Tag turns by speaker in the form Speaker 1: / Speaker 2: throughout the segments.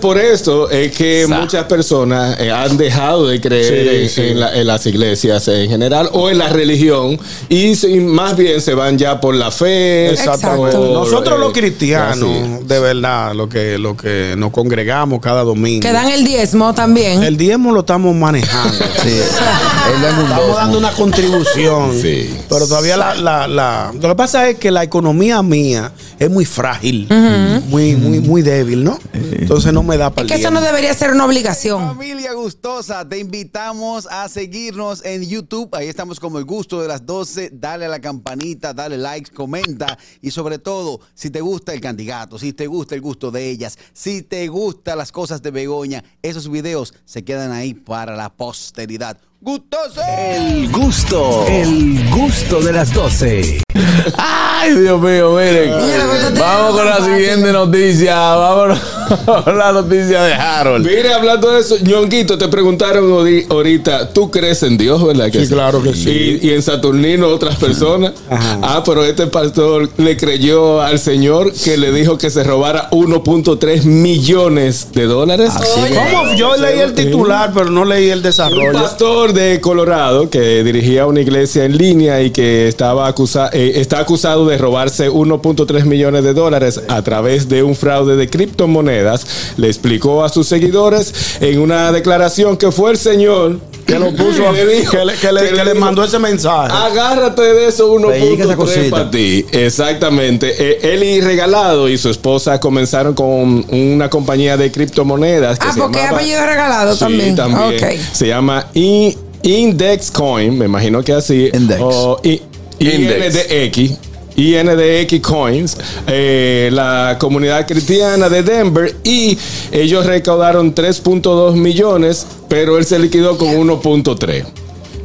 Speaker 1: Por esto es que
Speaker 2: Sa.
Speaker 1: muchas personas eh, han dejado de creer
Speaker 3: Sí,
Speaker 1: en,
Speaker 3: sí.
Speaker 1: en la- en las iglesias en general o en la religión y se- y más bien se van ya por la fe.
Speaker 3: Exactamente.
Speaker 1: por,
Speaker 3: Nosotros
Speaker 1: eh,
Speaker 3: los cristianos,
Speaker 1: así.
Speaker 3: de verdad, lo que, lo que nos congregamos cada domingo.
Speaker 4: Que dan el diezmo también.
Speaker 3: El diezmo lo estamos manejando.
Speaker 2: Sí. Él da un
Speaker 3: Estamos
Speaker 2: dos,
Speaker 3: dando una contribución.
Speaker 1: Sí.
Speaker 3: Pero todavía la, la- la- Lo que pasa es que la economía mía es muy frágil, muy, muy, muy débil, ¿no? Entonces no me da para
Speaker 4: es que eso no debería ser una obligación.
Speaker 5: Familia gustosa, te invitamos a seguirnos en YouTube. Ahí estamos como el gusto de las 12. Dale a la campanita, dale likes, comenta. Y sobre todo, si te gusta el candidato, si te gusta el gusto de ellas, si te gustan las cosas de Begoña, esos videos se quedan ahí para la posteridad. ¡Gustoso!
Speaker 2: Eh,
Speaker 6: El gusto, el gusto de las 12.
Speaker 2: Ay, Dios mío, miren.
Speaker 4: Mira, cuéntate
Speaker 2: Vamos
Speaker 4: algo
Speaker 2: con la
Speaker 4: fácil.
Speaker 2: siguiente noticia. Vámonos con la noticia de Harold.
Speaker 1: Mire, hablando de eso, Ñonguito, te preguntaron ori- ahorita, ¿tú crees en Dios, verdad?
Speaker 3: Sí, claro que sí.
Speaker 1: Y, y en Saturnino otras personas.
Speaker 3: Ajá.
Speaker 1: Ah, pero este pastor le creyó al Señor que le dijo que se robara 1.3 millones de dólares.
Speaker 3: ¿Cómo? Yo leí el titular, pero no leí el
Speaker 1: Un
Speaker 3: desarrollo.
Speaker 1: pastor de Colorado que dirigía una iglesia en línea y que estaba acusa- eh, está acusado de robarse 1.3 millones de dólares a través de un fraude de criptomonedas le explicó a sus seguidores en una declaración que fue el señor
Speaker 3: Que lo puso,
Speaker 1: que le dijo-
Speaker 3: que le, que le-
Speaker 1: que le
Speaker 3: que le
Speaker 1: dijo,
Speaker 3: mandó ese mensaje.
Speaker 1: Agárrate de eso
Speaker 2: Pellizca esa
Speaker 1: 1.3
Speaker 2: cosita.
Speaker 1: para ti. Exactamente. Eh, Eli Regalado y su esposa comenzaron con una compañía de criptomonedas. Que
Speaker 4: Ah,
Speaker 1: se
Speaker 4: porque es
Speaker 1: llamaba-
Speaker 4: apellido regalado
Speaker 1: Sí,
Speaker 4: también.
Speaker 1: también.
Speaker 4: Ok.
Speaker 1: Se llama I- Index Coin, me imagino que así.
Speaker 2: Index.
Speaker 1: O I-
Speaker 2: Index.
Speaker 1: INDX. INDX Coins, eh, la comunidad cristiana de Denver, y ellos recaudaron 3.2 millones, pero él se liquidó con 1.3.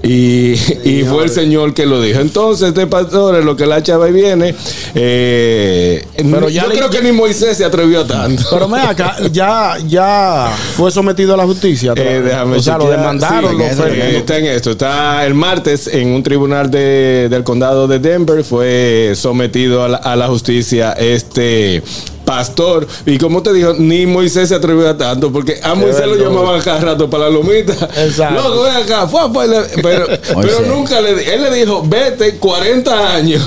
Speaker 1: Y, y fue el señor que lo dijo. Entonces, este pastor, en lo que la chava y viene, eh,
Speaker 3: Pero ya
Speaker 1: yo
Speaker 3: le-
Speaker 1: creo que ni Moisés se atrevió a tanto.
Speaker 3: Pero mira, acá ya, ya fue sometido a la justicia.
Speaker 1: Eh, déjame
Speaker 3: o sea, lo
Speaker 1: chequear.
Speaker 3: demandaron.
Speaker 1: Sí,
Speaker 3: lo
Speaker 1: está en
Speaker 3: fue-
Speaker 1: esto, está en esto. Está el martes en un tribunal de- del condado de Denver. Fue sometido a la, a la justicia este pastor. Y como te dijo, ni Moisés se atrevió a tanto. Porque a Moisés lo
Speaker 3: verdad.
Speaker 1: llamaban cada rato para la lomita.
Speaker 3: Exacto.
Speaker 1: Loco, ven acá. fue, fue, le- pero, pero
Speaker 2: Moisés.
Speaker 1: nunca le di- Él le dijo, vete 40 años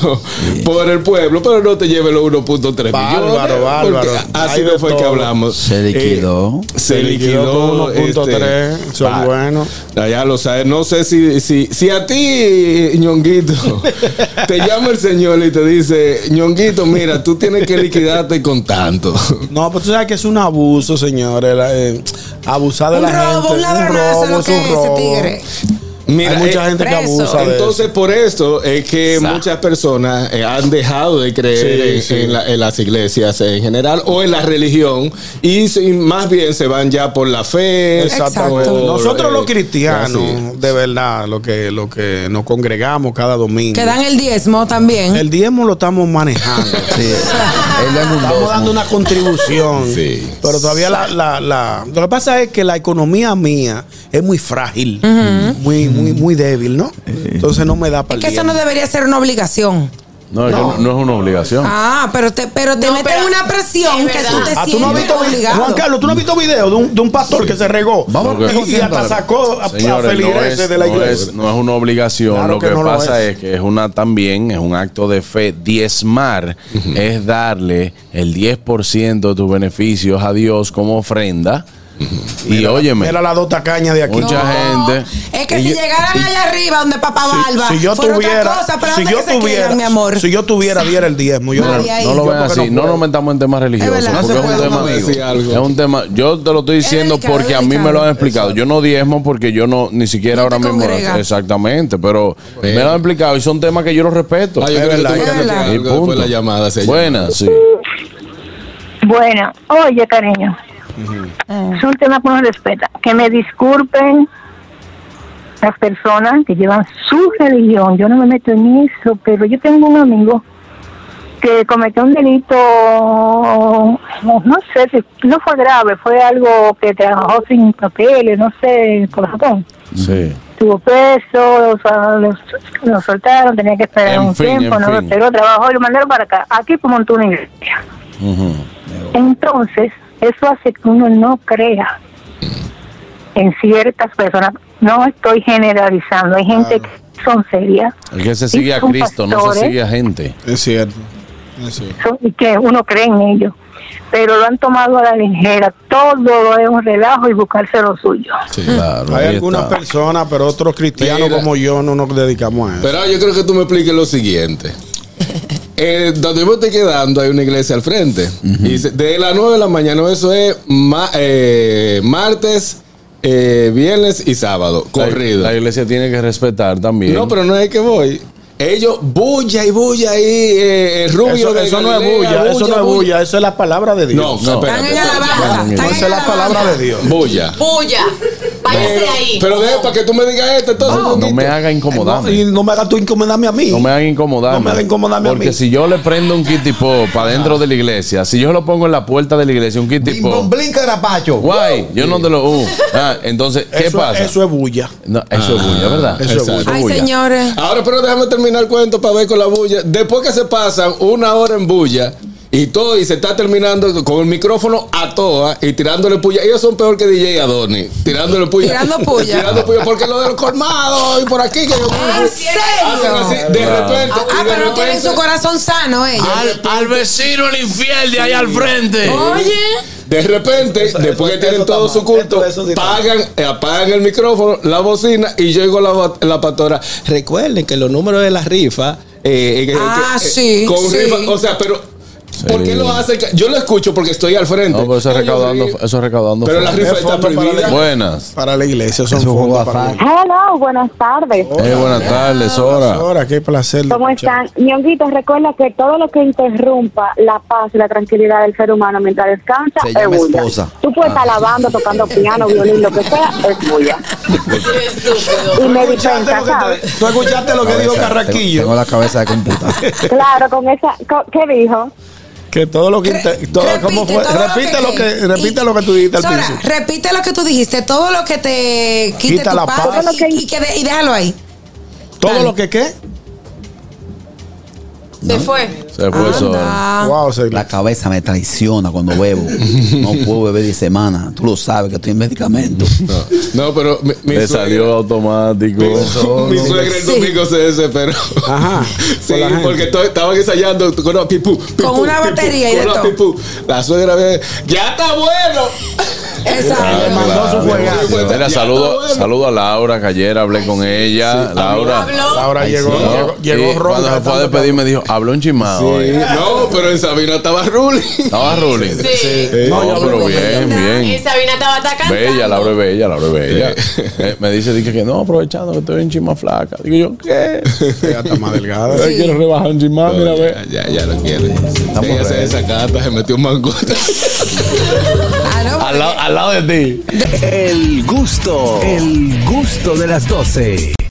Speaker 1: por el pueblo, pero no te lleve los 1.3 millones.
Speaker 3: Bárbaro,
Speaker 1: porque
Speaker 3: bárbaro.
Speaker 1: Así
Speaker 3: Hay
Speaker 1: no
Speaker 3: de
Speaker 1: fue que
Speaker 3: todo.
Speaker 1: hablamos.
Speaker 2: Se liquidó.
Speaker 1: Eh, se liquidó
Speaker 3: liquidó con 1.3,
Speaker 1: este,
Speaker 3: son
Speaker 1: pa-
Speaker 3: buenos.
Speaker 1: Allá Ah, lo sabes. No sé si, si, si a ti, ñonguito, te llama el señor y te dice, ñonguito, mira, tú tienes que liquidarte con tanto.
Speaker 3: No, pues tú sabes que es un abuso, señores. la- eh, abusar de
Speaker 4: Un
Speaker 3: la
Speaker 4: robo,
Speaker 3: gente.
Speaker 4: un ladronazo, lo que es ese tigre.
Speaker 1: Mira,
Speaker 3: Hay mucha
Speaker 1: eh,
Speaker 3: gente que
Speaker 4: preso.
Speaker 3: abusa de eso.
Speaker 1: Entonces, por esto es que
Speaker 2: Sa.
Speaker 1: muchas personas eh, han dejado de creer
Speaker 3: Sí,
Speaker 1: en,
Speaker 3: sí.
Speaker 1: en la- en las iglesias en general o en la religión y se- y más bien se van ya por la fe.
Speaker 4: Exactamente.
Speaker 1: por,
Speaker 3: Nosotros
Speaker 1: eh,
Speaker 3: los cristianos,
Speaker 1: así.
Speaker 3: de verdad, lo que, lo que nos congregamos cada domingo.
Speaker 4: Que dan el diezmo también.
Speaker 3: El diezmo lo estamos manejando.
Speaker 2: Sí. Él da un
Speaker 3: Estamos
Speaker 2: dos,
Speaker 3: dando una contribución.
Speaker 1: Sí.
Speaker 3: Pero todavía la, la- la- Lo que pasa es que la economía mía es muy frágil, muy, muy, muy débil, ¿no? Entonces no me da para
Speaker 4: es que eso no debería ser una obligación.
Speaker 7: No, es que no- no es una obligación.
Speaker 4: Ah, pero te, pero te
Speaker 8: No,
Speaker 4: meten
Speaker 8: pero-
Speaker 4: una presión
Speaker 8: es
Speaker 4: que
Speaker 8: verdad.
Speaker 4: tú te
Speaker 3: Ah,
Speaker 4: sientes
Speaker 3: ¿tú no has visto vi-
Speaker 4: obligado.
Speaker 3: Juan Carlos, ¿tú no has visto video de un, de un pastor que se regó?
Speaker 2: Vamos
Speaker 7: Porque-
Speaker 3: y, y hasta sacó a, a
Speaker 7: Señores, no
Speaker 3: feligreses
Speaker 7: es,
Speaker 3: de la
Speaker 7: no
Speaker 3: iglesia.
Speaker 7: es- no es una obligación.
Speaker 3: Claro
Speaker 7: lo
Speaker 3: que
Speaker 7: que,
Speaker 3: no lo
Speaker 7: pasa
Speaker 3: es.
Speaker 7: es. que es una también, es un acto de fe. Diezmar es darle el 10% de tus beneficios a Dios como ofrenda. Y óyeme,
Speaker 3: Mira las dos tacañas de aquí.
Speaker 7: Mucha gente.
Speaker 4: Es que
Speaker 7: Y
Speaker 4: si
Speaker 7: yo-
Speaker 4: llegaran
Speaker 7: y-
Speaker 4: allá arriba donde papá
Speaker 3: Si,
Speaker 4: Balba,
Speaker 3: si yo
Speaker 4: fuera otra
Speaker 3: tuviera,
Speaker 4: cosa, pero
Speaker 3: si
Speaker 4: antes
Speaker 3: yo
Speaker 4: que se quieran,
Speaker 3: tuviera,
Speaker 4: mi amor.
Speaker 3: si yo tuviera, diera el diezmo. Yo
Speaker 4: Ay,
Speaker 3: no-
Speaker 4: ay.
Speaker 7: no lo
Speaker 3: yo porque
Speaker 7: vean
Speaker 3: no
Speaker 7: así, no
Speaker 3: puedo.
Speaker 7: nos metamos en temas
Speaker 4: Es
Speaker 7: religiosos.
Speaker 4: verdad.
Speaker 7: No
Speaker 4: No
Speaker 7: se
Speaker 4: se
Speaker 7: es un
Speaker 4: puede,
Speaker 7: tema,
Speaker 4: no,
Speaker 1: decir algo.
Speaker 7: es un tema. Yo te lo estoy diciendo
Speaker 4: delicado,
Speaker 7: porque a
Speaker 4: es
Speaker 7: mí me lo
Speaker 4: delicado.
Speaker 7: han explicado. Yo no diezmo porque yo no ni siquiera
Speaker 4: No te
Speaker 7: ahora mismo
Speaker 4: congrega.
Speaker 7: exactamente, pero me lo han explicado y son temas que yo los respeto.
Speaker 1: Ah, yo
Speaker 3: Es
Speaker 1: creo que
Speaker 3: verdad,
Speaker 1: tú
Speaker 3: es
Speaker 1: tienes
Speaker 4: verdad.
Speaker 1: que
Speaker 7: Y
Speaker 1: algo después de la
Speaker 7: punto.
Speaker 1: llamada, señor.
Speaker 7: Buena, sí.
Speaker 9: Bueno, oye, cariño. Es un tema que uno respeta. Que me disculpen las personas que llevan su religión. Yo no me meto en eso, pero yo tengo un amigo que cometió un delito, no sé, si- no fue grave, fue algo que trabajó sin papeles, no sé, por Japón.
Speaker 7: Sí.
Speaker 9: Estuvo preso, o sea, lo, lo soltaron, tenía que esperar
Speaker 7: En
Speaker 9: un
Speaker 7: fin,
Speaker 9: tiempo,
Speaker 7: en
Speaker 9: no lo
Speaker 7: fin.
Speaker 9: trabajó y lo mandaron para acá. Aquí como en una iglesia.
Speaker 7: Ujú.
Speaker 9: Entonces, Eso hace que uno no crea en ciertas personas. No estoy generalizando, hay gente que son serias
Speaker 7: Es que se sigue a
Speaker 9: son
Speaker 7: Cristo, no se
Speaker 9: pastores.
Speaker 7: sigue a gente.
Speaker 1: Es cierto. Es cierto.
Speaker 9: son- y que uno cree en ellos, pero lo han tomado a la ligera. Todo es un relajo y buscarse lo suyo.
Speaker 7: Sí, claro.
Speaker 3: Hay
Speaker 7: ahí
Speaker 3: algunas
Speaker 7: está.
Speaker 3: personas, pero otros cristianos
Speaker 1: Mira.
Speaker 3: como yo no nos dedicamos a eso.
Speaker 1: Pero ah, yo creo que tú me expliques lo siguiente. Eh, donde yo me estoy quedando hay una iglesia al frente. Y se- de las 9 de la mañana, eso es ma- eh, martes, eh, viernes y sábado, corrido.
Speaker 7: La, la iglesia tiene que respetar también.
Speaker 1: No, pero no es que voy. Ellos bulla y bulla ahí, eh, eh, rubio.
Speaker 3: eso,
Speaker 1: de
Speaker 3: eso no es
Speaker 1: Galilea,
Speaker 3: bulla, eso no es bulla, eso es la palabra de Dios.
Speaker 1: No,
Speaker 7: No.
Speaker 1: espérate.
Speaker 4: Están en alabanza.
Speaker 7: Espérate.
Speaker 4: están en
Speaker 3: Esa es la palabra de Dios.
Speaker 1: Bulla.
Speaker 8: Puya. Váyase de ahí.
Speaker 1: Pero deja para que tú me digas esto, entonces.
Speaker 7: No,
Speaker 1: Ñonguito.
Speaker 7: me haga
Speaker 3: No,
Speaker 7: incomodarme.
Speaker 3: y no me hagas tú incomodarme a mí.
Speaker 7: No me hagan incomodarme.
Speaker 3: No me hagan incomodarme a
Speaker 7: Porque
Speaker 3: mí.
Speaker 7: si yo le prendo un kitipó para dentro de la iglesia, si yo lo pongo en la puerta de la iglesia, un
Speaker 5: Bim,
Speaker 7: kitipó.
Speaker 5: bom, blinca, garapacho.
Speaker 7: Guay, yo no te lo. uh, ah, entonces, ¿qué
Speaker 3: eso,
Speaker 7: pasa?
Speaker 3: eso es bulla.
Speaker 7: No, eso es bulla, ¿verdad?
Speaker 3: eso es
Speaker 7: Exacto.
Speaker 4: Ay, señores.
Speaker 8: Ah,
Speaker 1: Ahora, pero déjame terminar el cuento para ver con la bulla. Después que se pasan una hora en bulla y todo, y se está terminando con el micrófono a toa y tirándole puya. Ellos son peor que DJ Adoni, tirándole puya.
Speaker 4: Tirando puya.
Speaker 1: Tirando puya, porque lo de los colmados y por aquí que yo.
Speaker 4: ¿En serio?
Speaker 1: Hacen así, de repente.
Speaker 4: Ah,
Speaker 1: y de
Speaker 4: pero tienen
Speaker 1: repente-
Speaker 4: su corazón sano
Speaker 3: Ah,
Speaker 4: ellos.
Speaker 7: Al, al vecino, el infiel de ahí al frente.
Speaker 4: Oye.
Speaker 1: De repente,
Speaker 3: Eso-
Speaker 1: después
Speaker 3: eso-
Speaker 1: que tienen
Speaker 3: eso
Speaker 1: todo
Speaker 3: está
Speaker 1: su
Speaker 3: mal.
Speaker 1: culto,
Speaker 3: Eso- eso sí está
Speaker 1: pagan, eh, apagan el micrófono, la bocina y yo digo la, bo- la pastora. Recuerden que los números de la rifa. eh, eh, que-
Speaker 4: Ah,
Speaker 1: eh,
Speaker 4: sí,
Speaker 1: Con
Speaker 4: sí.
Speaker 1: rifa, o sea, pero. ¿Por qué lo hacen? Yo lo escucho porque estoy al frente.
Speaker 7: No, pero eso es
Speaker 1: Ay, yo
Speaker 7: recaudando,
Speaker 1: ri-
Speaker 7: eso es recaudando.
Speaker 1: Pero la
Speaker 7: fondos.
Speaker 1: rifa
Speaker 3: Es
Speaker 1: está
Speaker 3: fondo para
Speaker 1: prohibida.
Speaker 3: la-
Speaker 7: Buenas.
Speaker 3: Para la iglesia son
Speaker 2: Eso es un
Speaker 3: fondos
Speaker 2: guafán.
Speaker 3: para la iglesia.
Speaker 9: Hello, buenas tardes.
Speaker 5: Oh,
Speaker 7: Eh, buenas tardes, Sora.
Speaker 3: Ahora, qué placer. de
Speaker 9: ¿Cómo
Speaker 3: escuchar.
Speaker 9: están? Ñonguito, recuerda que todo lo que interrumpa la paz y la tranquilidad del ser humano mientras descansa
Speaker 5: Se
Speaker 9: es
Speaker 5: llama
Speaker 9: bulla.
Speaker 5: esposa. Ah.
Speaker 9: Tú puedes estar lavando, tocando piano, violín, lo que sea, es bulla.
Speaker 8: Estúpido.
Speaker 9: Y me
Speaker 3: Escuchaste
Speaker 9: dispensa,
Speaker 3: lo que
Speaker 9: ¿sabes?
Speaker 3: te- ¿Tú escuchaste lo que dijo Carraquillo?
Speaker 2: Tengo la cabeza de computa.
Speaker 9: Claro, con esa... co- ¿Qué dijo?
Speaker 3: Que todo lo que...
Speaker 4: Re-
Speaker 3: inte- todo- ¿cómo fue?
Speaker 4: todo lo
Speaker 3: Repite lo que,
Speaker 4: te-
Speaker 3: repite
Speaker 4: y-
Speaker 3: lo que tú dijiste al
Speaker 4: Sora,
Speaker 3: principio.
Speaker 4: repite lo que tú dijiste. Todo lo que te quite
Speaker 3: Quita
Speaker 4: tu
Speaker 3: la
Speaker 4: paz.
Speaker 3: paz.
Speaker 4: Y, y que de- y déjalo ahí.
Speaker 3: ¿Todo
Speaker 4: dale.
Speaker 3: lo que qué?
Speaker 8: Se fue.
Speaker 7: Se fue Sora.
Speaker 4: Anda.
Speaker 3: Wow, se-
Speaker 2: La cabeza me traiciona cuando bebo. No puedo beber de semana. Tú lo sabes que estoy en medicamento.
Speaker 1: No, pero mi, mi
Speaker 7: Le
Speaker 1: suegra-
Speaker 7: salió automático.
Speaker 1: Mi, mi suegra el
Speaker 4: Sí.
Speaker 1: domingo se desesperó.
Speaker 3: Ajá.
Speaker 1: Sí,
Speaker 3: Con la gente.
Speaker 1: porque to- estaban ensayando con una pipú. pipú,
Speaker 4: Con una
Speaker 1: pipú,
Speaker 4: batería y
Speaker 1: con
Speaker 4: de
Speaker 1: una
Speaker 4: todo.
Speaker 1: pipú. La suegra ve, ya está bueno.
Speaker 4: Exacto.
Speaker 3: mandó su juegazo.
Speaker 7: Mira, saludo, saludo a Laura, que ayer hablé con ella. Laura.
Speaker 3: Ahora llegó,
Speaker 7: ¿no?
Speaker 3: llegó, llegó
Speaker 7: Y
Speaker 3: ronca
Speaker 7: Cuando se fue a
Speaker 3: tanto
Speaker 7: despedir me dijo, habló un chimado.
Speaker 1: Sí, Eh, No, pero en Sabina estaba Rulli.
Speaker 7: Estaba ruling.
Speaker 8: Sí.
Speaker 7: No, pero bien,
Speaker 8: Y
Speaker 7: bien.
Speaker 8: Sabina estaba atacando.
Speaker 7: Bella, Laura es bella, Laura es bella. Eh, Me dice, dije que no, aprovechando que estoy en chima flaca. Digo yo, ¿qué?
Speaker 3: que- Ella está más delgada.
Speaker 7: Ay, Quiero rebajar un chimá, mira, ve.
Speaker 1: Ya, ya, ya lo quiere. Ella se desacata, se metió un mangote.
Speaker 4: Ah, no,
Speaker 7: Al lado, al lado de ti.
Speaker 6: El gusto, el gusto de las 12.